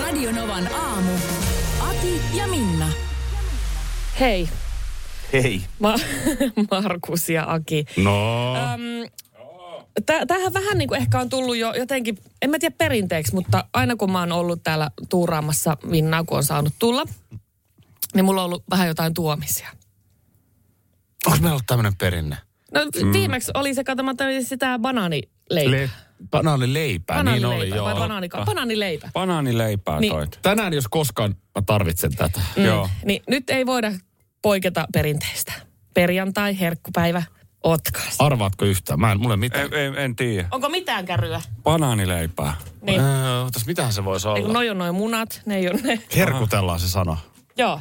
Radionovan aamu. Ati ja Minna. Hei, Hei. Ma- Markus ja Aki. No. Öm, tä- Tämähän vähän niin kuin ehkä on tullut jo jotenkin, en mä tiedä perinteeksi, mutta aina kun mä oon ollut täällä tuuraamassa Minnaa, kun on saanut tulla, niin mulla on ollut vähän jotain tuomisia. Onko meillä ollut tämmöinen perinne? No viimeksi oli se katsomatta sitä banaanileipää. Le- banaanileipää, niin banaanileipä oli vai joo. banaanika- banaanileipä. Banaanileipää Niin. niin. toit. Tänään jos koskaan mä tarvitsen tätä. Mm. Joo. Niin nyt ei voida poiketa perinteistä. Perjantai, herkkupäivä, otkaas. Arvaatko yhtään? Mä en, mulle mitään. En, en, en tiedä. Onko mitään kärryä? Banaanileipää. Niin. Öö, otas, mitähän se voisi Ei, olla? kun noi on noi munat, ne ei ole ne. Herkutellaan se sana. Joo.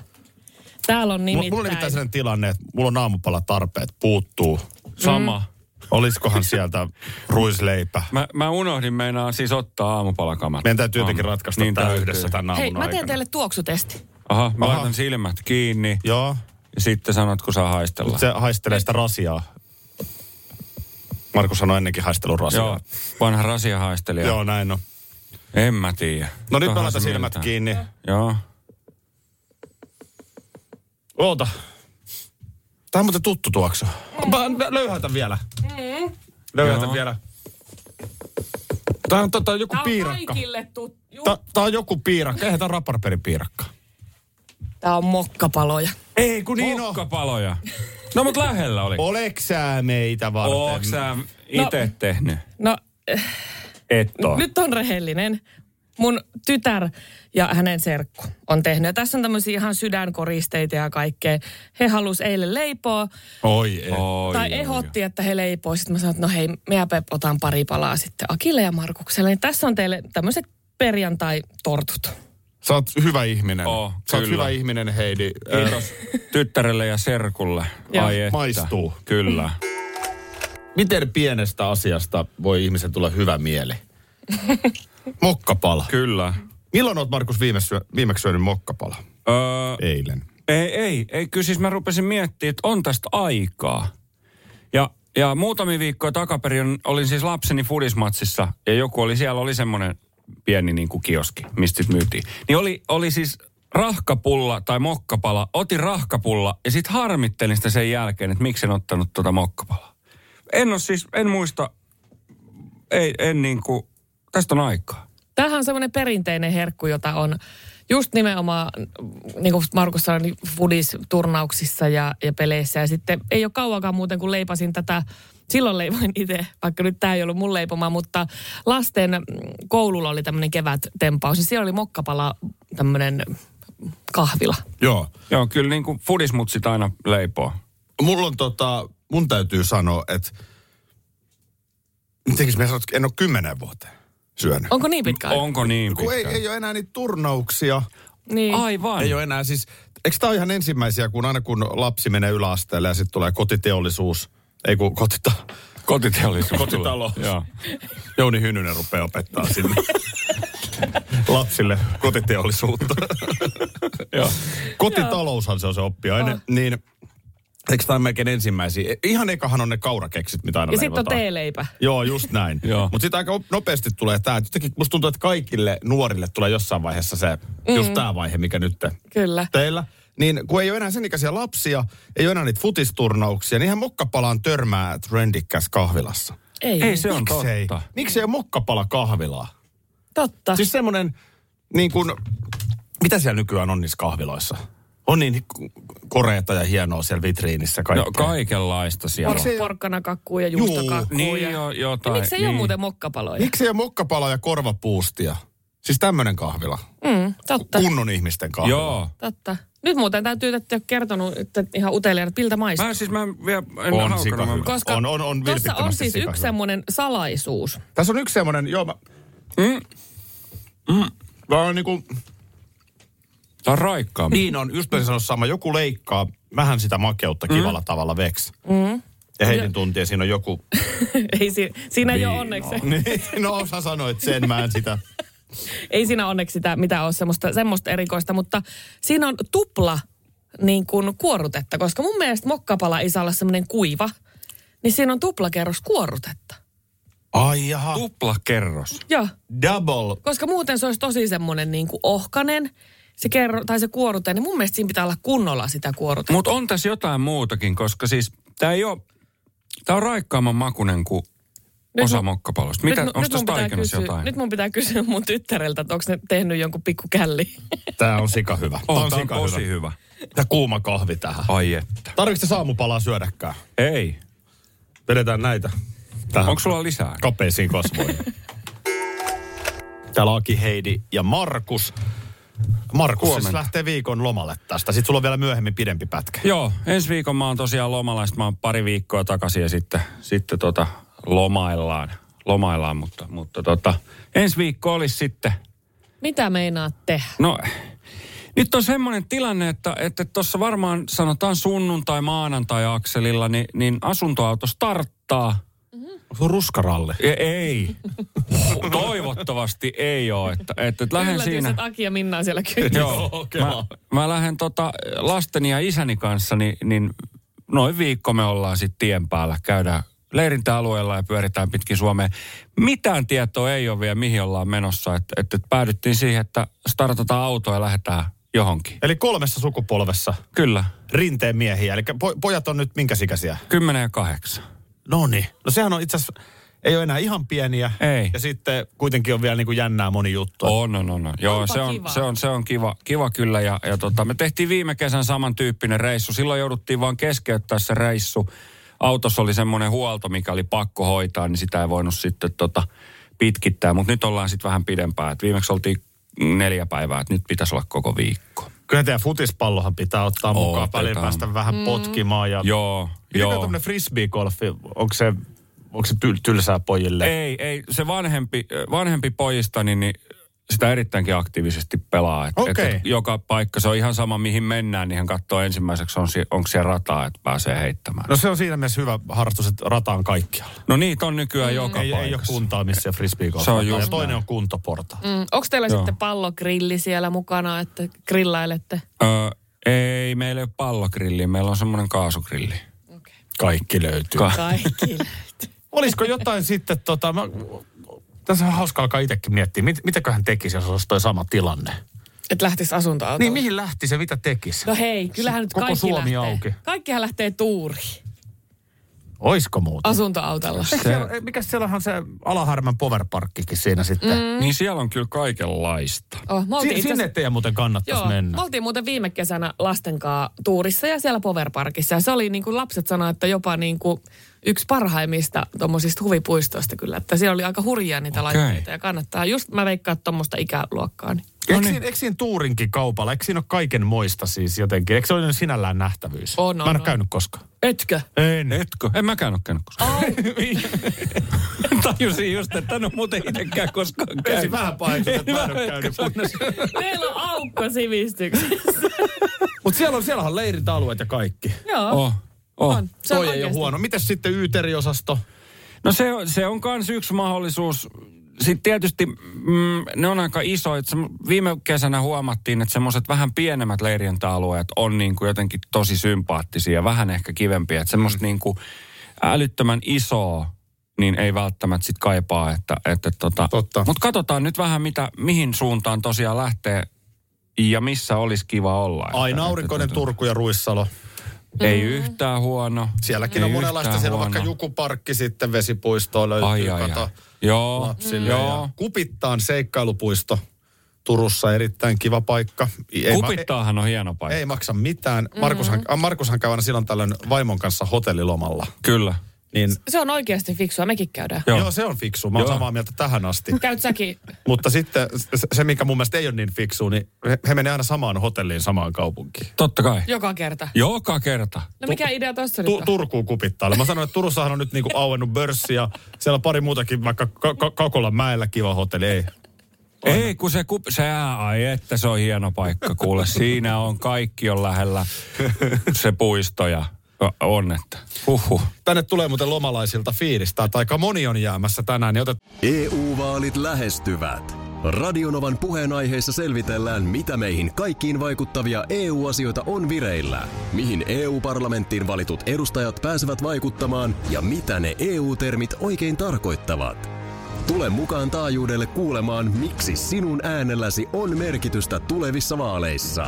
Täällä on Mulla, nimittäin. mulla on nimittäin sellainen tilanne, että mulla on aamupala tarpeet, puuttuu. Sama. Mm. Olisikohan sieltä ruisleipä? Mä, mä unohdin meinaa siis ottaa aamupalakamat. Meidän täytyy Aamu. jotenkin ratkaista niin tämä täytyy. yhdessä tämän aamun Hei, mä teen aikana. teille tuoksutesti. Aha, mä Aha. laitan silmät kiinni. Joo, Ja sitten sanot, kun saa haistella. se haistelee sitä rasiaa. Markus sanoi ennenkin haistelun rasiaa. Joo, vanha rasiahaistelija. Joo, näin on. En mä tiedä. No nyt mä Tohan laitan se silmät miltään. kiinni. Joo. Oota. Tämä on muuten tuttu tuoksu. Mä löyhätä vielä. Löyhätä Joo. vielä. Tämä on tota, joku Tää on piirakka. kaikille tuttu. Tämä on joku piirakka. Eihän tämä rapparperin piirakka. Tää on mokkapaloja. Ei kun niin Mokkapaloja. No mut lähellä oli. Oleksää meitä varten? Ootko sä ite tehnyt? No, Et oo. nyt on rehellinen. Mun tytär ja hänen serkku on tehnyt. Ja tässä on tämmöisiä ihan sydänkoristeita ja kaikkea. He halus eilen leipoa. Oi ei. Oi, tai oi, ehdotti, että he leipoo. Sitten mä sanoin, että no hei, minäpä otan pari palaa sitten Akille ja Markukselle. Niin tässä on teille tämmöiset perjantai-tortut. Sä oot hyvä ihminen. Oo, Sä oot kyllä. hyvä ihminen, Heidi. oi. Kiitos tyttärelle ja serkulle. Joo. Ai että. Maistuu. Kyllä. Miten pienestä asiasta voi ihmisen tulla hyvä mieli? Mokkapala. Kyllä. Milloin oot, Markus, viime syö, viimeksi syönyt mokkapala? Öö, Eilen. Ei, ei, ei. Kyllä siis mä rupesin miettimään, että on tästä aikaa. Ja, ja muutamia viikkoja takaperin olin siis lapseni fudismatsissa ja joku oli siellä, oli semmoinen pieni niin kuin kioski, mistä sitten myytiin. Niin oli, oli siis rahkapulla tai mokkapala, otin rahkapulla ja sitten harmittelin sitä sen jälkeen, että miksen ottanut tuota mokkapalaa. En ole siis, en muista, ei, en niin kuin, tästä on aikaa. Tämähän on semmoinen perinteinen herkku, jota on just nimenomaan, niin kuin Markus sanoi, niin foodis-turnauksissa ja, ja peleissä. Ja sitten ei ole kauankaan muuten, kun leipasin tätä, silloin leivoin itse, vaikka nyt tämä ei ollut mun leipoma, mutta lasten mm, koululla oli tämmöinen kevättempaus. Ja siellä oli mokkapala tämmöinen kahvila. Joo. Joo, kyllä niin kuin fudismutsit aina leipoo. Mulla on tota, mun täytyy sanoa, että mitenkäs mä sanon, että en ole kymmenen vuoteen syönyt. Onko niin pitkä aika? Onko niin Kun ei, pitkä? ei ole enää niitä turnauksia. Niin. Aivan. Ei ole enää siis, eikö tämä ole ihan ensimmäisiä, kun aina kun lapsi menee yläasteelle ja sitten tulee kotiteollisuus, ei kun kotita, Kotiteollisuus. Kotitalo. Joo. Jouni Hynynen rupeaa opettaa sinne lapsille kotiteollisuutta. Joo. Kotitaloushan se on se oppiaine, Ah. niin eikö tämä melkein ensimmäisiä? Ihan ekahan on ne kaurakeksit, mitä aina Ja sitten on leivotaan. teeleipä. Joo, just näin. Joo. Mutta sitten aika op- nopeasti tulee tämä. Jotenkin musta tuntuu, että kaikille nuorille tulee jossain vaiheessa se, mm. just tämä vaihe, mikä nyt te- Kyllä. teillä. Niin kun ei ole enää sen ikäisiä lapsia, ei ole enää niitä futisturnauksia, niin ihan mokkapalaan törmää trendikkäs kahvilassa. Ei. Ei se on Miksei? No totta. Miksei ole mokkapala kahvilaa? Totta. Siis semmoinen, niin kuin, mitä siellä nykyään on niissä kahviloissa? On niin koreata ja hienoa siellä vitriinissä No kaikkea. kaikenlaista siellä Onko on. se- Porkkana kakkuu ja Juu, Niin. juustakakkuu. ja... Siis Niin jo, jotain. Ja miksei niin. ole muuten mokkapaloja? Miksei ole mokkapala ja korvapuustia? Siis tämmöinen kahvila. Mm, totta, Kun... Kunnon ihmisten kahvila. Joo. totta. Nyt muuten täytyy, että te ole kertonut, että ihan uteliaan, että piltä maistuu. Mä siis mä en vielä en On haukannut. sika hyvä. Koska On- on- on tuossa on vilpittömästi siis sika yksi hyvä. semmoinen salaisuus. Tässä on yksi semmoinen, joo Mm. mä, Mm. Mm. Tämä on niin kuin, Tämä on raikkaampi. niin on, just mä sanoa sama, joku leikkaa vähän sitä makeutta kivalla tavalla veksi. Mm. Ja heidän tuntia siinä on joku... Ei si- siinä ei ole onneksi. Niin, no sä sanoit sen, mä en sitä. Ei siinä onneksi sitä, mitä ole semmoista, semmoista erikoista, mutta siinä on tupla niin kuin kuorrutetta, koska mun mielestä mokkapala ei saa olla semmoinen kuiva, niin siinä on tuplakerros kuorrutetta. Ai jaha. Tupla kerros. Joo, Double. koska muuten se olisi tosi semmoinen niin kuin ohkanen, se kerro, tai se kuorrute, niin mun mielestä siinä pitää olla kunnolla sitä kuorrutetta. Mutta on tässä jotain muutakin, koska siis tämä ei ole, tämä on raikkaamman makunen kuin Nyt osa mun- mokkapalosta. Mitä, mu- onko tässä pitää taikinassa kysyä, jotain? nyt mun pitää kysyä mun tyttäreltä, että onko ne tehnyt jonkun pikku källi. Tää on sika hyvä. Tää on, on, tämä on sika hyvä. tosi hyvä. Ja kuuma kahvi tähän. Ai että. Tarvitsetko saamupalaa syödäkään? Ei. Vedetään näitä. Tähän. Onko sulla lisää? kapeisiin kasvoihin. Täällä Aki, Heidi ja Markus. Markus siis Huomenta. lähtee viikon lomalle tästä. Sitten sulla on vielä myöhemmin pidempi pätkä. Joo, ensi viikon mä oon tosiaan lomalla, sit mä oon pari viikkoa takaisin ja sitten, sitten tota, lomaillaan. Lomaillaan, mutta, mutta tota, ensi viikko olisi sitten, Mitä meinaat tehdä? no nyt on semmoinen tilanne, että että tuossa varmaan sanotaan sunnuntai, maanantai akselilla, niin, niin asuntoauto starttaa. Onko sun ruskaralli? E- ei, toivottavasti ei ole, että, että, että lähden Yllätys, siinä. että Aki ja Minna on siellä kyydissä. Joo, mä, mä lähden tota lasteni ja isäni kanssa, niin, niin noin viikko me ollaan sitten tien päällä. Käydään leirintäalueella ja pyöritään pitkin Suomeen. Mitään tietoa ei ole vielä, mihin ollaan menossa. Että et, et päädyttiin siihen, että startataan auto ja lähdetään johonkin. Eli kolmessa sukupolvessa Kyllä, rinteen miehiä. Eli po- pojat on nyt minkä sikäisiä? 10 ja 8. No niin. No sehän on itse asiassa, ei ole enää ihan pieniä. Ei. Ja sitten kuitenkin on vielä niin kuin jännää moni juttu. On, on, on. on. Joo, Onpa se on, kiva. se on, se on kiva, kiva kyllä. Ja, ja tota, me tehtiin viime kesän samantyyppinen reissu. Silloin jouduttiin vaan keskeyttää se reissu. Autossa oli semmoinen huolto, mikä oli pakko hoitaa, niin sitä ei voinut sitten tota, pitkittää. Mutta nyt ollaan sitten vähän pidempään. Et viimeksi oltiin neljä päivää, että nyt pitäisi olla koko viikko. Kyllä teidän futispallohan pitää ottaa Otetaan. mukaan. Välillä päästä vähän potkimaan. Ja... Joo, Miten joo. tämmöinen frisbee-golfi, onko se, onko se tyl- tylsää pojille? Ei, ei. Se vanhempi, vanhempi pojista, niin, niin sitä erittäinkin aktiivisesti pelaa. Et, Okei. et, et, joka paikka, se on ihan sama mihin mennään, niin hän katsoo ensimmäiseksi, on, si- onko siellä rataa, että pääsee heittämään. No, No se on siinä mielessä hyvä harrastus, että rata on kaikkialla. no niitä on nykyään mm, joka Ei, ei ole paikassa. kuntaa, missä frisbee Se on just Ja toinen on kuntoporta. Mm. Mm, onko teillä Joo. Joo. sitten pallogrilli siellä mukana, että grillailette? Ö, ei, meillä ei ole pallogrilli, meillä on semmoinen kaasugrilli. Kaikki löytyy. Ka- Kaikki. Olisiko jotain sitten, tota, mä, tässä on hauska alkaa itsekin miettiä, mit, mitäköhän tekisi, jos olisi toi sama tilanne. että lähtisi asuntoautoon. Niin mihin lähti se, mitä tekisi? No hei, kyllähän nyt Koko kaikki Suomi lähtee. auki. Kaikkihan lähtee tuuriin Oisko muuta? asuntoautolla. Se- Siellä, mikä siellä onhan se Alahärmän powerparkkikin siinä sitten? Mm. Niin siellä on kyllä kaikenlaista. Oh, me oltiin Si- itse sinne asiassa- teidän muuten kannattaisi Joo, mennä. me oltiin muuten viime kesänä lasten kanssa tuurissa ja siellä Powerparkissa. Ja se oli niin kuin lapset sanoivat, että jopa niin kuin yksi parhaimmista tuommoisista huvipuistoista kyllä. Että siellä oli aika hurjia niitä Okei. okay. laitteita ja kannattaa. Just mä veikkaan tuommoista ikäluokkaa. Niin. No Eikö siinä, eikö siinä Tuurinkin kaupalla, eikö siinä ole kaiken moista siis jotenkin? Eikö se ole sinällään nähtävyys? On, on, Mä en ole on. käynyt koskaan. Etkö? En. Etkö? En mäkään ole käynyt koskaan. Tajusin just, että en ole muuten itsekään koskaan käynyt. vähän paikka, että mä en ole käynyt. Meillä on aukko sivistyksessä. Mutta siellä on, siellähän on leirit, alueet ja kaikki. Joo, Oh, oh. on. Se Toi on ei ole oikeasti- huono. Mites sitten Yyteriosasto? No se, on- se on myös yksi mahdollisuus. Sitten tietysti mm, ne on aika isoja. Viime kesänä huomattiin, että semmoiset vähän pienemmät leirintäalueet on niin kuin jotenkin tosi sympaattisia, vähän ehkä kivempiä. Että semmoista Mm. niin kuin älyttömän isoa, niin ei välttämättä sit kaipaa. Että, että tota. Totta. Mutta katsotaan nyt vähän, mitä, mihin suuntaan tosiaan lähtee ja missä olisi kiva olla. Että- Aina aurinkoinen että- Turku ja Ruissalo. Ei yhtään huono. Sielläkin ei on monenlaista. yhtään Siellä on vaikka huono. Jukuparkki sitten, vesipuistoa löytyy, Ai, ai, ai. kato Joo, lapsille. joo. Ja Kupittaan seikkailupuisto Turussa, erittäin kiva paikka. Ei ma- Kupittaahan on hieno paikka. Ei, ei maksa mitään. Markushan, mm-hmm. Markushan käy aina silloin tällöin vaimon kanssa hotellilomalla. Kyllä. Niin, Se on oikeasti fiksua, mekin käydään. Joo. joo. joo, se on fiksu. Mä oon Joo. samaa mieltä tähän asti. Käyt säkin. Mutta sitten se- se, mikä mun mielestä ei ole niin fiksu, niin he, he menee aina samaan hotelliin, samaan kaupunkiin. Totta kai. Joka kerta. Joka kerta. No mikä idea tossa nyt Tu- on? Turkuun kupittaalle. Mä sanoin, että Turussahan on nyt niinku auennut börssi ja siellä on pari muutakin, vaikka Ka- Ka- Kakolan mäellä kiva hotelli. Ei. Ei, kun se, kup... se ai että se on hieno paikka, kuule. Siinä on kaikki on lähellä se puisto ja on, että huhhuh. Tänne tulee muuten lomalaisilta fiilistä, että aika moni on jäämässä tänään, niin otet... EU-vaalit E lähestyvät. Radionovan puheenaiheessa selvitellään, mitä meihin kaikkiin vaikuttavia EU-asioita on vireillä, mihin EU-parlamenttiin valitut edustajat pääsevät vaikuttamaan ja mitä ne EU-termit oikein tarkoittavat. Tule mukaan taajuudelle kuulemaan, miksi sinun äänelläsi on merkitystä tulevissa vaaleissa.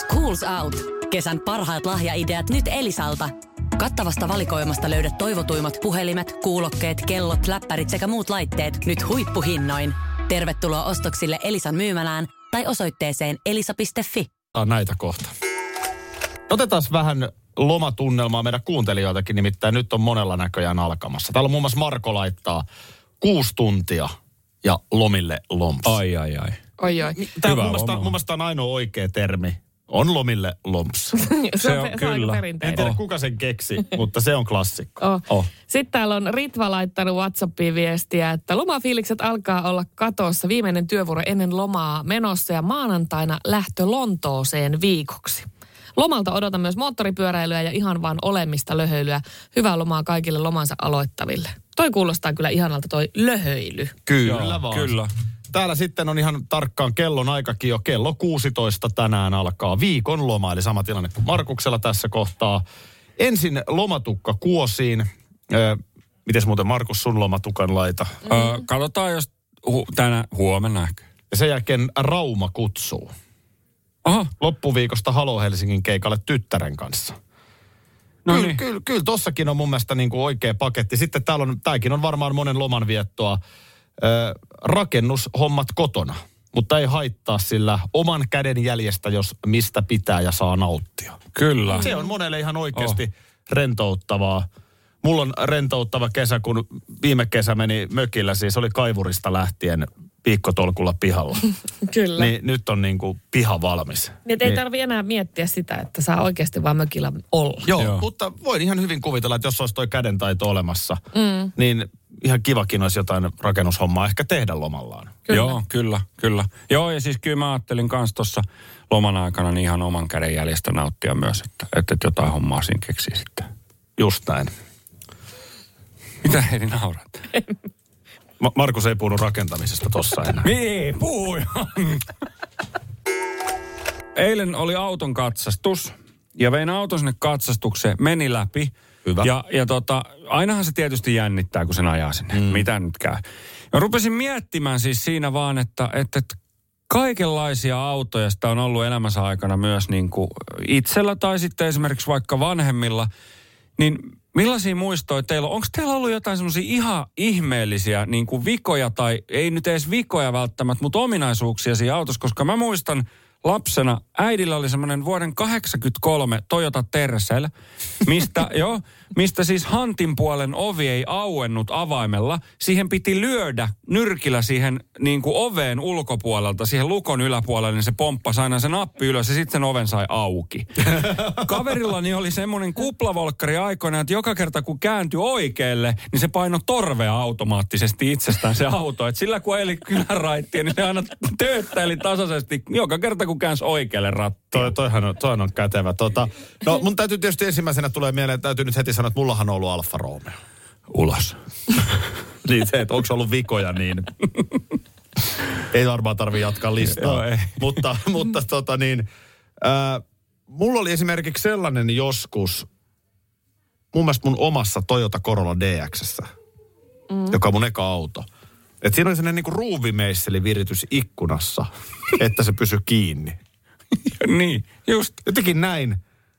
Schools Out. Kesän parhaat lahjaideat nyt Elisalta. Kattavasta valikoimasta löydät toivotuimmat puhelimet, kuulokkeet, kellot, läppärit sekä muut laitteet nyt huippuhinnoin. Tervetuloa ostoksille Elisan myymälään tai osoitteeseen elisa.fi. Ah, näitä kohta. Otetaan vähän lomatunnelmaa meidän kuuntelijoiltakin, nimittäin nyt on monella näköjään alkamassa. Täällä muun muassa Marko laittaa kuusi tuntia ja lomille lomps. Ai, ai, ai. Oi, oi. Tämä Hyvä mun mielestä, loma. mun mielestä on ainoa oikea termi. On lomille lomps. Se on aika kyllä. En perinteinen. tiedä kuka sen keksi, mutta se on klassikko. Oh. Oh. Oh. Sitten täällä on Ritva laittanut Whatsappiin viestiä, että lomafiilikset alkaa olla katossa viimeinen työvuoro ennen lomaa menossa ja maanantaina lähtö Lontooseen viikoksi. Lomalta odotan myös moottoripyöräilyä ja ihan vaan olemista löhöilyä. Hyvää lomaa kaikille lomansa aloittaville. Toi kuulostaa kyllä ihanalta toi löhöily. Kyllä Joo, vaan. kyllä. Täällä sitten on ihan tarkkaan kellon aikakin jo. Kello 16 tänään alkaa viikon loma, eli sama tilanne kuin Markuksella tässä kohtaa. Ensin lomatukka kuosiin. Ö, mites muuten Markus sun lomatukan laita? Mm. Ö, katsotaan, jos hu- tänä huomenna ehkä. Ja sen jälkeen Rauma kutsuu. Aha, Loppuviikosta Halo Helsingin keikalle tyttären kanssa. no kyllä, niin. kyllä, kyllä tossakin on mun mielestä niin kuin oikea paketti. Sitten täällä on, tääkin on varmaan monen loman viettoa. Ö, rakennushommat kotona, mutta ei haittaa sillä oman käden jäljestä, jos mistä pitää ja saa nauttia. Kyllä. Se on monelle ihan oikeasti oh. rentouttavaa. Mulla on rentouttava kesä, kun viime kesä meni mökillä, siis oli kaivurista lähtien viikkotolkulla pihalla. Kyllä. Niin. niin nyt on niin kuin piha valmis. Niin, ei tarvi enää miettiä sitä, että saa oikeasti vaan mökillä olla. Joo, Joo. Joo, mutta voin ihan hyvin kuvitella, että jos olisi toi kädentaito olemassa, mm. niin ihan kivakin olisi jotain rakennushommaa ehkä tehdä lomallaan. Kyllä. Joo, kyllä, kyllä. Joo, ja siis kyllä mä ajattelin kans tuossa loman aikana niin ihan oman käden jäljestä nauttia myös, että, että jotain hommaa siinä keksii sitten. Just näin. Mitä heidi naurat? Ma- Markus ei puhunut rakentamisesta tossa enää. Niin, puhui. Eilen oli auton katsastus ja vein auton sinne katsastukseen, meni läpi. Hyvä. Ja, ja tota, ainahan se tietysti jännittää, kun sen ajaa sinne. Mm. Mitä nyt käy? Ja rupesin miettimään siis siinä vaan, että, että että kaikenlaisia autoja sitä on ollut elämänsä aikana myös niin kuin itsellä tai sitten esimerkiksi vaikka vanhemmilla. Niin millaisia muistoja teillä on? Onko teillä ollut jotain semmoisia ihan ihmeellisiä niin kuin vikoja tai ei nyt edes vikoja välttämättä, mutta ominaisuuksia siinä autossa? Koska mä muistan lapsena, äidillä oli semmoinen vuoden 83 Toyota Tercel, mistä, joo, mistä siis hantin puolen ovi ei auennut avaimella. Siihen piti lyödä nyrkillä siihen niin kuin oveen ulkopuolelta, siihen lukon yläpuolelle, niin se pomppasi aina se nappi ylös ja sitten sen oven sai auki kaverillani oli semmoinen kuplavolkkari aikoina, että joka kerta kun kääntyi oikealle, niin se paino torvea automaattisesti itsestään se auto. Et sillä kun eli kyläraittia, niin se aina tööttäili tasaisesti joka kerta kun käänsi oikealle rattiin. Toi, toihan on, toihan on kätevä. Tota, no mun täytyy tietysti ensimmäisenä tulee mieleen, täytyy nyt heti sanoa, että mullahan on ollut Alfa Romeo. Ulos. Niin se, että onko ollut vikoja, niin ei varmaan tarvi jatkaa listaa. Joo, ei. Mutta, mutta tota niin, ää, mulla oli esimerkiksi sellainen joskus, mun mielestä mun omassa Toyota Corolla dx mm. joka on mun eka auto. Et siinä oli sellainen niinku ruuvimeisseli viritys ikkunassa, että se pysyi kiinni. niin, just. Jotenkin näin.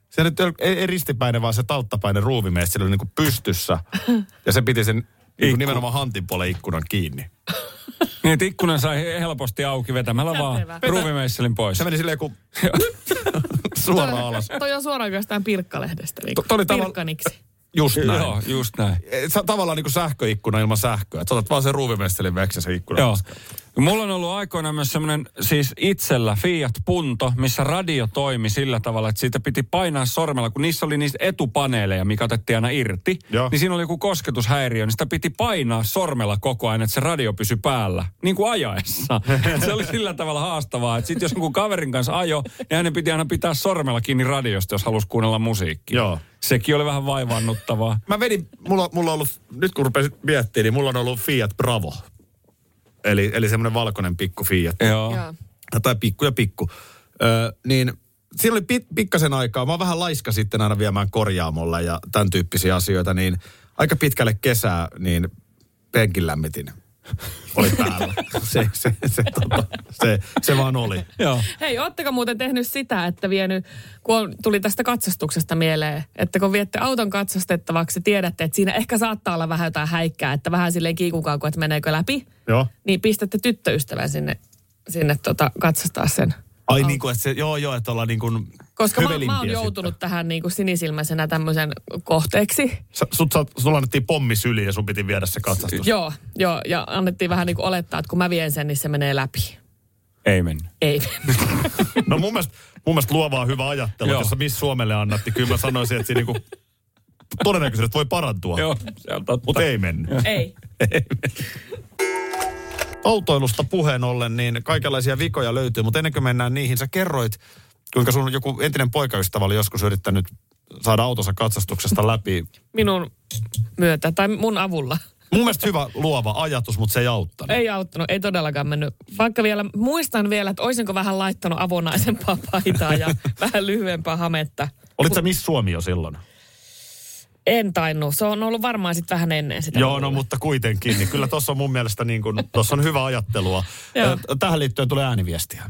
Se nyt ei- ei ristipäinen, vaan se talttapäinen ruuvimeisseli oli niinku pystyssä. Ja se piti sen niinku Ikku- nimenomaan hantin puolen ikkunan kiinni. Niin, että ikkunan sai helposti auki vetämällä vaan Kätevä. ruuvimeisselin pois. Se meni silleen kuin suoraan alas. Toi on suoraan jostain Pirkkalehdestä. Niin To- toi oli tavalla- Pirkkaniksi. Just näin. Joo, just näin. Et sä- Tavallaan niin kuin sähköikkuna ilman sähköä. Et sä otat vaan sen ruuvimestelin veksi se ikkuna. Joo. Mulla on ollut aikoinaan myös semmoinen siis itsellä Fiat Punto, missä radio toimi sillä tavalla, että siitä piti painaa sormella, kun niissä oli niistä etupaneeleja, mikä otettiin aina irti. Joo. Niin siinä oli joku kosketushäiriö, niin sitä piti painaa sormella koko ajan, että se radio pysyi päällä, niin kuin ajaessa. se oli sillä tavalla haastavaa, että sitten jos jonkun kaverin kanssa ajo, niin hänen piti aina pitää sormella kiinni radiosta, jos halusi kuunnella musiikkia. Joo. Sekin oli vähän vaivannuttavaa. Mä vedin, mulla, mulla on ollut, nyt kun rupesin miettimään, niin mulla on ollut Fiat Bravo. Eli, eli semmoinen valkoinen pikku Fiat. Joo. Joo. tai pikku ja pikku, öö, niin siinä oli pit, pikkasen aikaa, mä oon vähän laiska sitten aina viemään korjaamolla ja tämän tyyppisiä asioita, niin aika pitkälle kesää, niin penkin lämmitin oli päällä. se, se, se, tota, se, se vaan oli. Joo. Hei, ootteko muuten tehnyt sitä, että vienyt, kun on- tuli tästä katsastuksesta mieleen, että kun viette auton katsastettavaksi, tiedätte, että siinä ehkä saattaa olla vähän jotain häikkää, että vähän silleen kiikukaan, kun että meneekö läpi, Joo. niin pistätte tyttöystävän sinne, sinne tota, katsastaa sen. Ai niin kuin, että se, joo joo, että ollaan niin kuin Koska mä, mä hövelimpiä oon sitten. joutunut tähän niin kuin sinisilmäisenä tämmöisen kohteeksi. Sä, sut, sä, sulla annettiin pommi syliin ja sun piti viedä se katsastus. Joo, joo, ja annettiin vähän niin kuin olettaa, että kun mä vien sen, niin se menee läpi. Ei mennyt. Ei. No mun mielestä, mun mielestä luovaa hyvä ajattelu, Joo. jos sä Miss Suomelle annat, niin kyllä mä sanoisin, että siinä niin kuin todennäköisesti voi parantua. Joo, se on totta. Mutta ei mennyt. Ei. Autoilusta puheen ollen, niin kaikenlaisia vikoja löytyy, mutta ennen kuin mennään niihin, sä kerroit, kuinka sun joku entinen poikaystävä oli joskus yrittänyt saada autonsa katsastuksesta läpi. Minun myötä, tai mun avulla. Mun mielestä hyvä luova ajatus, mutta se ei auttanut. Ei auttanut, ei todellakaan mennyt. Vaikka vielä, muistan vielä, että olisinko vähän laittanut avonaisempaa paitaa ja vähän lyhyempää hametta. Olit sä Miss Suomi jo silloin? En tainnut. Se on ollut varmaan sitten vähän ennen sitä. Joo, no mutta kuitenkin. Niin kyllä tuossa on mun mielestä niin kun, tossa on hyvä ajattelua. Joo. Ö, Tähän liittyen tulee ääniviestiä.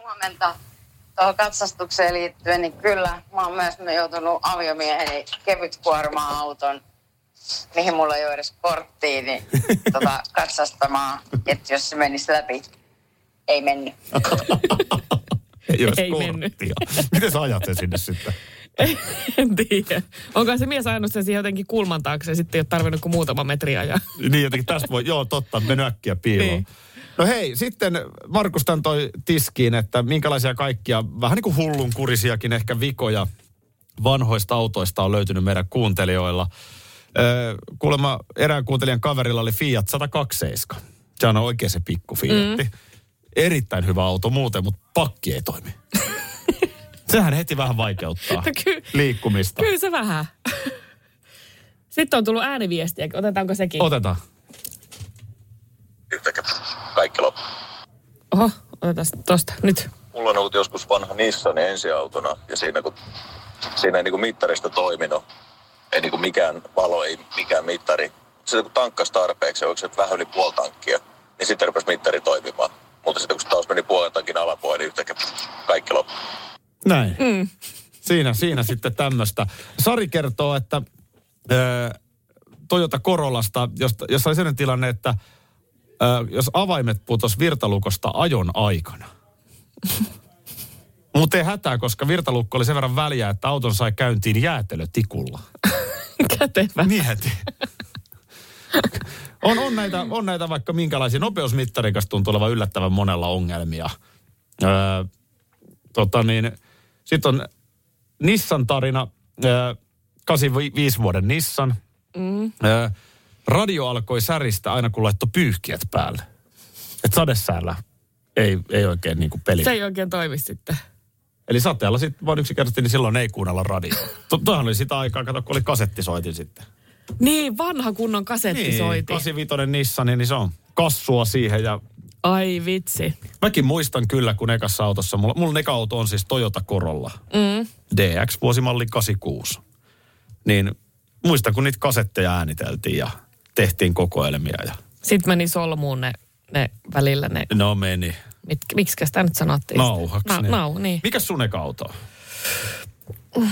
Huomenta. Tuohon katsastukseen liittyen, niin kyllä, mä oon myös joutunut aviomieheni kevyt auton mihin mulla ei ole edes korttia, niin tota, katsastamaan, että jos se menisi läpi. Ei mennyt. Ei, ole Ei korttia. mennyt. Miten sä ajat sen sinne sitten? En tiedä. Onko se mies ajanut sen siihen jotenkin kulman taakse ja sitten ei ole tarvinnut kuin muutama metri ajaa. Niin jotenkin tästä voi, joo totta, mennyt äkkiä piiloon. Niin. Niin. No hei, sitten Markus tän toi tiskiin, että minkälaisia kaikkia, vähän niin kuin hullunkurisiakin ehkä vikoja vanhoista autoista on löytynyt meidän kuuntelijoilla. Öö, kuulemma erään kuuntelijan kaverilla oli Fiat 127. Se on oikein se pikku Fiatti. Mm. Erittäin hyvä auto muuten, mutta pakki ei toimi. Sehän heti vähän vaikeuttaa No ky- liikkumista. Kyllä se vähän. Sitten on tullut ääniviestiä. Otetaanko sekin? Otetaan. yhtäkkiä kaikki loppu. Oho, otetaan tosta. Nyt. Mulla on ollut joskus vanha Nissan ensiautona ja siinä, kun, siinä ei niinku mittarista toiminut. Ei niinku mikään valo, ei mikään mittari. Sitten kun tankkas tarpeeksi, oliko se vähän yli puoli tankkia, niin sitten rupesi mittari toimimaan. Mutta sitten kun taas meni puolen tankin alapuolelle, niin yhtäkkiä kaikki loppu. Näin. Mm. Siinä, siinä sitten tämmöistä. Sari kertoo, että ö, Toyota Corollasta, josta, jossa oli sellainen tilanne, että ö, jos avaimet putos virtalukosta ajon aikana. Mutta ei hätää, koska virtalukko oli sen verran väliä, että auton sai käyntiin jäätelötikulla. Niin. Kätevä. Mieti. On, on, näitä, on näitä vaikka minkälaisia. Nopeusmittarin kanssa tuntuu olevan yllättävän monella ongelmia. Öö, tota niin, Sitten on Nissan tarina, öö, 85 vuoden Nissan. Mm. Öö, radio alkoi säristä aina kun laittoi pyyhkiät päälle. Et sadesäällä ei, ei oikein niinku peli. Se ei oikein toimi sitten. Eli sateella sitten vaan yksinkertaisesti, niin silloin ei kuunnella radioa. To- Toihan oli sitä aikaa, kato kun oli kasettisoitin sitten. Niin, vanha kunnon kasetti Niin, soiti. 85 Nissan, niin se on kassua siihen ja Ai vitsi. mäkin muistan kyllä, kun ekassa autossa, mulla, mulla eka auto on siis Toyota Corolla. Mm. DX, vuosimalli 86. Niin muistan, kun niitä kasetteja ääniteltiin ja tehtiin kokoelmia ja Sitten meni solmuun ne, ne välillä ne, no meni. mit, miksikä sitä nyt sanottiin? Nauhaksi. Na, nau, niin. Mikä sun eka auto on?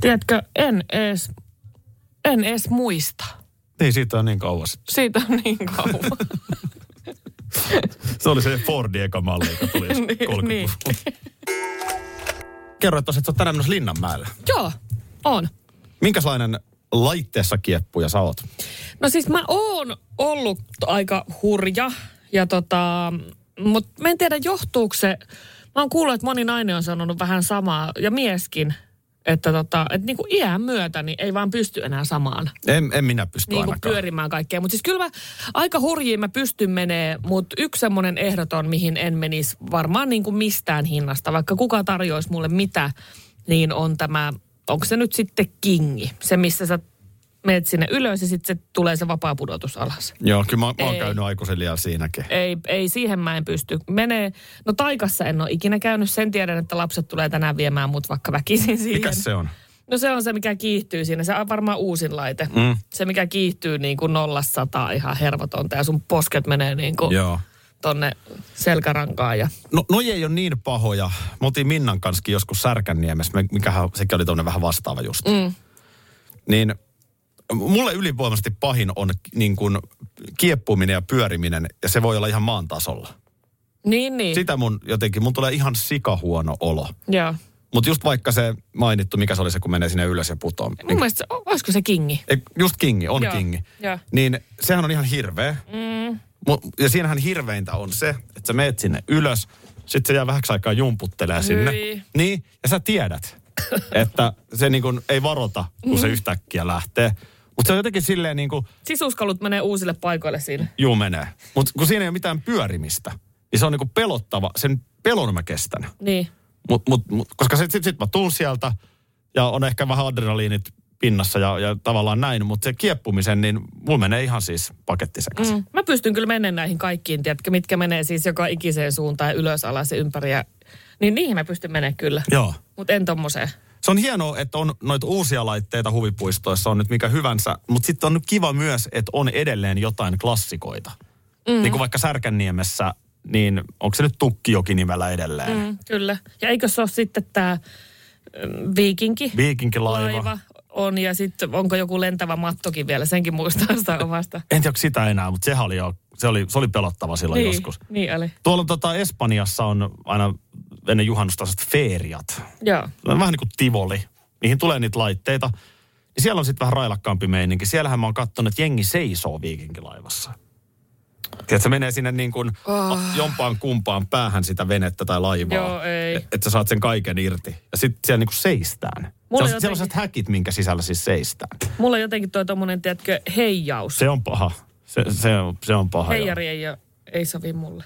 Tiedätkö, en ees, en ees muista. Niin, siitä on niin kauan sitten. Siitä on niin kauan. Se oli se Fordi eka malli, joka tuli joskus Niin, 30 niin. Kerroit tuossa, että sä oot tänään menossa Linnanmäelle. Joo, on. Minkälainen laitteessa kieppuja sä oot? No siis mä oon ollut aika hurja, ja tota, mutta mä en tiedä johtuuko se, mä oon kuullut, että moni nainen on sanonut vähän samaa, ja mieskin, että tota, et niinku iän myötä niin ei vaan pysty enää samaan En, en minä pysty niin kuin ainakaan. pyörimään kaikkea. Mutta siis kyllä mä aika hurjiin mä pystyn menee, mutta yksi semmoinen ehdoton, mihin en menisi varmaan niin kuin mistään hinnasta, vaikka kuka tarjoisi mulle mitä, niin on tämä, onko se nyt sitten kingi, se missä sä menet sinne ylös ja sitten se tulee se vapaa pudotus alas. Joo, kyllä mä, mä oon Ei. käynyt aikuisen liian siinäkin. Ei, ei, siihen mä en pysty. Menee, no taikassa en ole ikinä käynyt. Sen tiedän, että lapset tulee tänään viemään mut vaikka väkisin siihen. Mikäs se on? No se on se, mikä kiihtyy siinä. Se on varmaan uusin laite. Mm. Se, mikä kiihtyy niin kuin nollasta sataan ihan hervotonta ja sun posket menee niin kuin Joo. tonne selkärankaan. Ja... No, noi ei ole niin pahoja. Me oltiin Minnan kanssa joskus Särkänniemessä, me- mikähän sekin oli tuonne vähän vastaava just. Mm. Niin mulle ylivoimaisesti pahin on niin kuin kieppuminen ja pyöriminen, ja se voi olla ihan maan tasolla. Niin, niin. Sitä mun jotenkin, mun tulee ihan sikahuono olo. Joo. Mutta just vaikka se mainittu, mikä se oli se, kun menee sinne ylös ja putoaa. niin Mun mielestä, se- o- olisiko se kingi? Ei, Just kingi, on Joo, kingi. joo. Niin sehän on ihan hirveä. Mm. Ja siinähän hirveintä on se, että sä meet sinne ylös, sit se jää vähäksi aikaa jumputtelee sinne. Hyi. Niin, ja sä tiedät, että se niin kun ei varota, kun Mm. se yhtäkkiä lähtee. Mutta se on jotenkin silleen niin kuin, Sisuskalut menee uusille paikoille siinä. juu menee. Mutta kun siinä ei ole mitään pyörimistä, niin se on niin kuin pelottava. Sen pelon mä kestän. Niin. Mut, mut, mut, koska sit, sit, sit mä tuun sieltä ja on ehkä vähän adrenaliinit pinnassa ja, ja tavallaan näin, mutta se kieppumisen, niin mulla menee ihan siis paketti sekaisin. Mm. Mm. Mä pystyn kyllä mennä näihin kaikkiin, tiedätkö, mitkä menee siis joka ikiseen suuntaan ja ylös, alas ja ympäri. Ja... Niin niihin mä pystyn menemään kyllä. Joo. Mutta en tommoseen. Se on hienoa, että on noita uusia laitteita huvipuistoissa, on nyt mikä hyvänsä, mutta sitten on nyt kiva myös, että on edelleen jotain klassikoita. Mm. Niin kuin vaikka Särkänniemessä, niin onko se nyt Tukkijoki nimellä edelleen? Mm. Mm, kyllä. Ja eikö se ole sitten tämä viikinki? Viikinkilaiva. laiva on ja sitten onko joku lentävä mattokin vielä, senkin muistaa sitä omasta. En tiedä, onko sitä enää, mutta sehän oli jo, se oli, se oli pelottava silloin niin, joskus. Niin oli, Tuolla tota Espanjassa on aina ennen juhannusta sellaiset feeriat. joo. Se on Vähän niin kuin tivoli, mihin tulee niitä laitteita. Ja siellä on sitten vähän railakkaampi meininki. Siellähän mä oon kattonut, että jengi seisoo viikinkilaivassa. Tiedätkö, se menee sinne niin kuin oh. jompaan kumpaan päähän sitä venettä tai laivaa. Ah. Joo, ei. Että et sä saat sen kaiken irti. Ja sitten siellä niin kuin seistään. Mulla Mulla jotenkin- on sellaiset häkit, minkä sisällä siis seistään. Mulla on jotenkin tuo tommonen, tiedätkö, heijaus. Se on paha. Se, se, on, se on paha. joo. Heijari ei, ole, ei sovi mulle.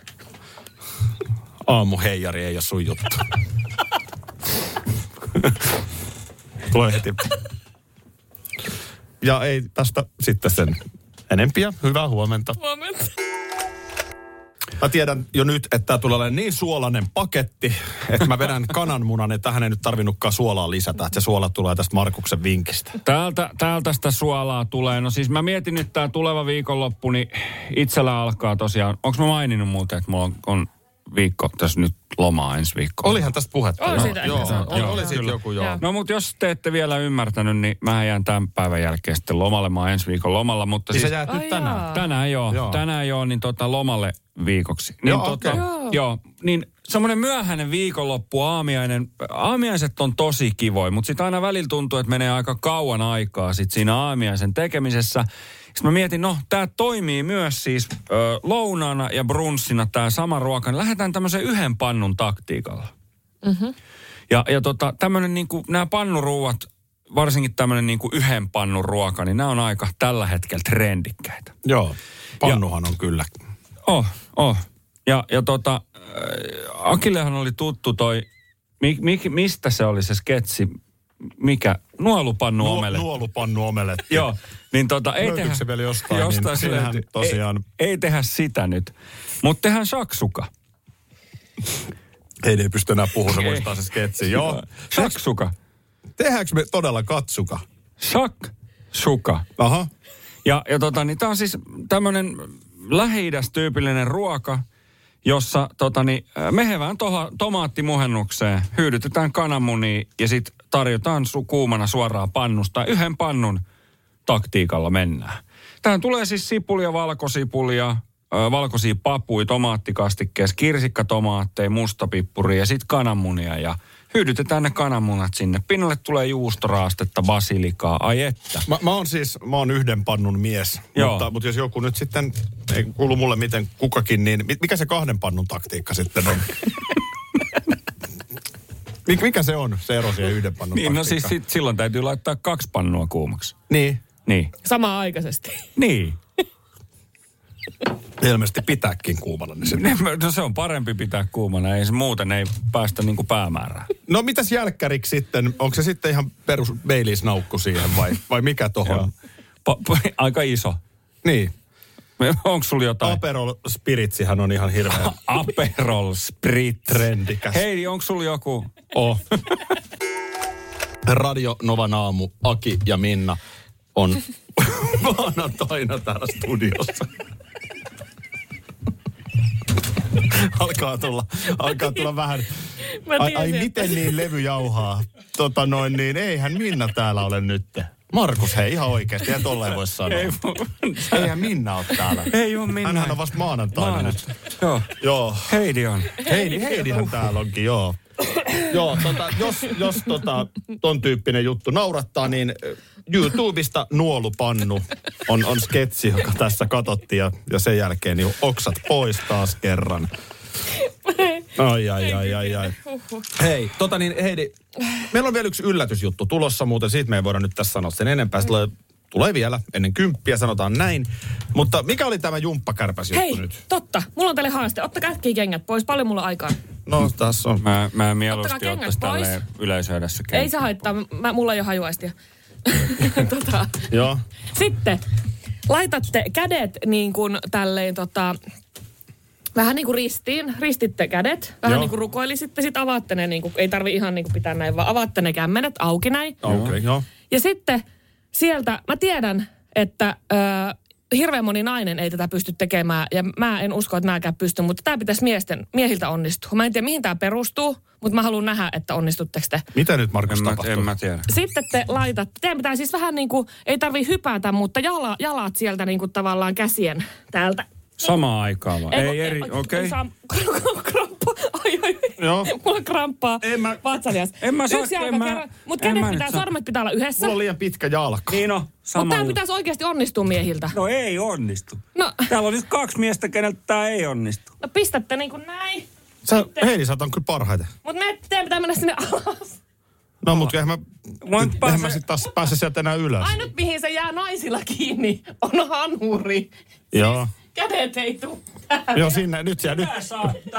aamuheijari ei ole sun juttu. Tulee heti. Ja ei tästä sitten sen enempiä. Hyvää huomenta. Huomenta. Mä tiedän jo nyt, että tämä tulee olemaan niin suolainen paketti, että mä vedän kananmunan, että tähän ei nyt tarvinnutkaan suolaa lisätä. Että se suola tulee tästä Markuksen vinkistä. Täältä, täältä sitä suolaa tulee. No siis mä mietin, että tämä tuleva viikonloppu, niin itsellä alkaa tosiaan. Onko mä maininnut muuten, että mulla on, on viikko tässä nyt lomaa ensi viikko? Olihan tästä puhetta. Oli joo. siitä joo, ehkä. oli, Joo, oli siitä kyllä. joku, joo. Joo. No mutta jos te ette vielä ymmärtänyt, niin mä jään tämän päivän jälkeen sitten lomalle. Mä oon ensi viikon lomalla, mutta Siis sä siis... jäät Ai nyt tänään. jaa. Tänään joo, Joo. joo. tänään joo, niin tota lomalle viikoksi. Niin Joo, tota, okei. joo. joo, niin semmoinen myöhäinen viikonloppu, aamiainen. Aamiaiset on tosi kivoja, mutta sitten aina välillä tuntuu, että menee aika kauan aikaa sit siinä aamiaisen tekemisessä. Sitten mä mietin, no tämä toimii myös siis ö, lounaana ja brunssina tämä sama ruoka. Niin lähdetään tämmöisen yhden pannun taktiikalla. Mm-hmm. Ja, ja tota, tämmöinen niin kuin, nämä pannuruuat, varsinkin tämmöinen niin kuin yhden pannun ruoka, niin nämä on aika tällä hetkellä trendikkäitä. Joo. Pannuhan on kyllä. Oh, oh. Ja, ja tota, äh, Akillehan oli tuttu toi, mi, mi, mistä se oli se sketsi, mikä, nuolupannu omelle. Nuolupannu omeletti. Joo, niin tota, ei Löytyykö tehdä, se vielä jostain, niin se siinähän löytyy. tosiaan- Ei, ei tehdä sitä nyt, mutta tehdään saksuka. Ei, ne ei pysty enää puhumaan, se Okei. muistaa se sketsi. Joo. Saksuka. Tehdäänkö me todella katsuka? Saksuka. Aha. Ja, ja tota, niin tämä on siis tämmöinen lähi tyypillinen ruoka, jossa tota, niin, äh, mehevään toha, tomaattimuhennukseen hyydytetään kananmunia ja sitten tarjotaan su, kuumana suoraan pannusta. Yhden pannun taktiikalla mennään. Tähän tulee siis sipulia, valkosipulia, äh, ö, valkoisia papuja, tomaattikastikkeessa, kirsikkatomaatteja, mustapippuria ja sitten kananmunia. Ja hyydytetään ne kananmunat sinne. Pinnalle tulee juustoraastetta, basilikaa. Ai että. Mä, mä oon siis, mä oon yhden pannun mies, Joo. mutta, mutta jos joku nyt sitten, ei kuulu mulle miten kukakin, niin mi- mikä se kahden pannun taktiikka sitten on? Mik, mikä se on, se ero siihen yhden pannun Niin, no siis taktiikkaan? sit, silloin täytyy laittaa kaksi pannua kuumaksi. Niin, Niin. Samaan aikaisesti. Niin. ilmeisesti pitääkin niin kuumana ne sitten. Ne- No se on parempi pitää kuumana, ei se muuten ei päästä niinku päämäärään. No mitäs jälkkäriksi sitten, onko se sitten ihan perus beilisnaukku siihen vai, vai mikä tohon? Pa- pa- aika iso. niin, Onko sulla jotain? Aperol Spiritsihän on ihan hirveä Aperol Sprit. trendikäs. Hei, onko sulla joku? Oh. Radio Novan aamu, Aki ja Minna on maanantaina täällä studiossa. alkaa tulla, alkaa tulla vähän, Mä ai, ai tiesin, miten niin levy jauhaa. Tota noin niin, eihän Minna täällä ole nyt. Markus, hei ihan oikeasti, eihän tolleen voi sanoa. Ei, eihän Minna ole täällä. Ei oo Minna. Hänhän on vasta maanantaina nyt. Joo. Joo. Heidi on. Heidi, Heidihän täällä onkin, joo. joo, tota, jos, jos tota, ton tyyppinen juttu naurattaa, niin ö, YouTubesta Nuolupannu on, on sketsi, joka tässä katsottiin ja, ja sen jälkeen niin oksat pois taas kerran. Ai, ai, ai, ai, ai. Hei, tota niin, Heidi, meillä on vielä yksi yllätysjuttu tulossa muuten, siitä me ei voida nyt tässä sanoa sen enempää. Se tulee, tulee vielä ennen kymppiä, sanotaan näin. Mutta mikä oli tämä jumppakärpäs juttu Hei, nyt? totta. Mulla on teille haaste. Ottakaa äkkiä kengät pois. Paljon mulla on aikaa. No, tässä on. Mä, mä Ottakaa mieluusti kengät ottais pois. tälleen yleisöydässä Ei se haittaa. Mä, mulla ei ole hajuaistia. tota. Joo. Sitten laitatte kädet niin kuin tälleen tota, vähän niin kuin ristiin, ristitte kädet, vähän Joo. niin kuin rukoilisitte, sitten avaatte ne, niin kuin, ei tarvi ihan niin kuin pitää näin, vaan avaatte ne kämmenet auki näin. Okei, okay, joo. Ja sitten sieltä, mä tiedän, että ö, hirveän moni nainen ei tätä pysty tekemään, ja mä en usko, että nääkään pysty, mutta tämä pitäisi miesten, miehiltä onnistua. Mä en tiedä, mihin tämä perustuu, mutta mä haluan nähdä, että onnistutteko te. Mitä nyt Markus En mä, tapahtuu? en mä tiedä. Sitten te laitatte, teidän pitää siis vähän niin kuin, ei tarvi hypätä, mutta jala, jalat sieltä niin kuin tavallaan käsien täältä. Samaa aikaa vai? Ei, kun- eri, ai, okei. saa- Kramppa, ai ai, Joo. mulla on kramppaa En mä- vatsalias. en mä saa- Yksi en jalka mä- kerran, mutta en kädet mä nyt pitää, saa. sormet pitää olla yhdessä. Mulla on liian pitkä jalka. Niin no, sama Mutta tämä juttu. pitäisi oikeasti onnistua miehiltä. No ei onnistu. No. Täällä on nyt kaksi miestä, keneltä tämä ei onnistu. No pistätte niin kuin näin, Sä, Heidi, sä oot on kyllä parhaiten. mutta me teidän pitää mennä sinne alas. No mut eihän mä, Mä en nyt- pääse- eihän mä sit taas pääse sieltä enää ylös. Ainut mihin se jää naisilla kiinni on hanuri. Joo. Kädet ei tule Joo, sinne, nyt siellä, nyt,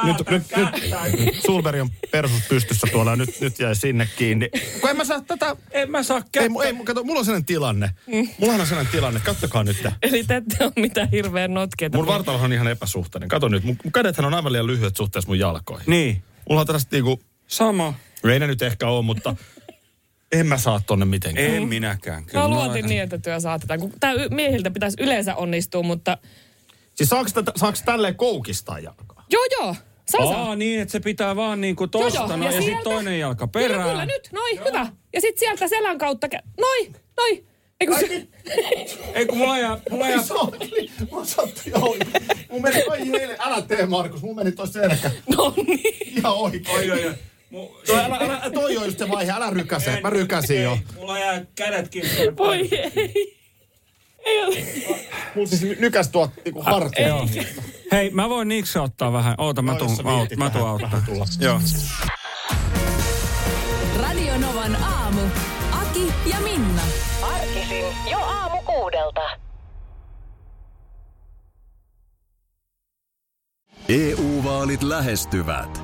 nyt, nyt, nyt, Sulberi on persus pystyssä tuolla ja nyt, nyt jäi sinne kiinni. Kun en mä saa tätä, En mä saa ei, kättä. mu- ei, mu- kato, mulla on sellainen tilanne. Mullahan on sellainen tilanne, kattokaa nyt. tää. Mm. Eli te ette ole mitään hirveän notkeita. Mun vartalohan on ihan epäsuhtainen. Kato nyt, mun, mun kädethän on aivan liian lyhyet suhteessa mun jalkoihin. Niin. Mulla on tällaista niinku, Sama. ei ne nyt ehkä ole, mutta en mä saa tonne mitenkään. En minäkään. Kyllä Mä mä luotin laitan- niin, että työ saatetaan. Kun tää y- miehiltä pitäisi yleensä onnistua, mutta... Siis saaks, tätä, saaks tälleen koukistaa jalkaa? Joo, joo. Saa, saa. Aa, niin, että se pitää vaan niinku Joo, tosta, joo. no, ja, ja sitten sieltä- toinen jalka perään. Kyllä, kyllä, nyt. Noi, hyvä. Ja sitten sieltä selän kautta... Kä- noi, noi. Eiku, se... Ei kun mulla jää, mulla jää, Saakeli, Niin, mä sattuin ihan oikein. Mun meni ai eilen, älä tee Markus, mun meni toi selkä No niin. ihan oikein. Oi, oi, oi. Mu- Toi, älä, älä, toi on just se vaihe, älä rykäse, mä rykäsin jo. Ei, Mulla jää kädet kiinni. Voi ei. Ei ole. Mun siis ny- nykäs tuot niinku hartia. Joo. Hei, mä voin niiksi ottaa vähän. Oota, mä Joo, tuun, jos sä mä, mietit mä tuun vähän- auttaa. vähän tulla. Joo. Radio Novan aamu. Aki ja Minna. Arkisin jo aamu kuudelta. EU-vaalit E lähestyvät.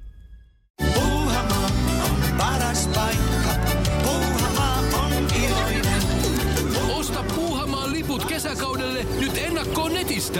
Puuhamaa on paras paikka. Puuhamaa on iloinen. Osta Puuhamaan liput kesäkaudelle nyt ennakkoon netistä.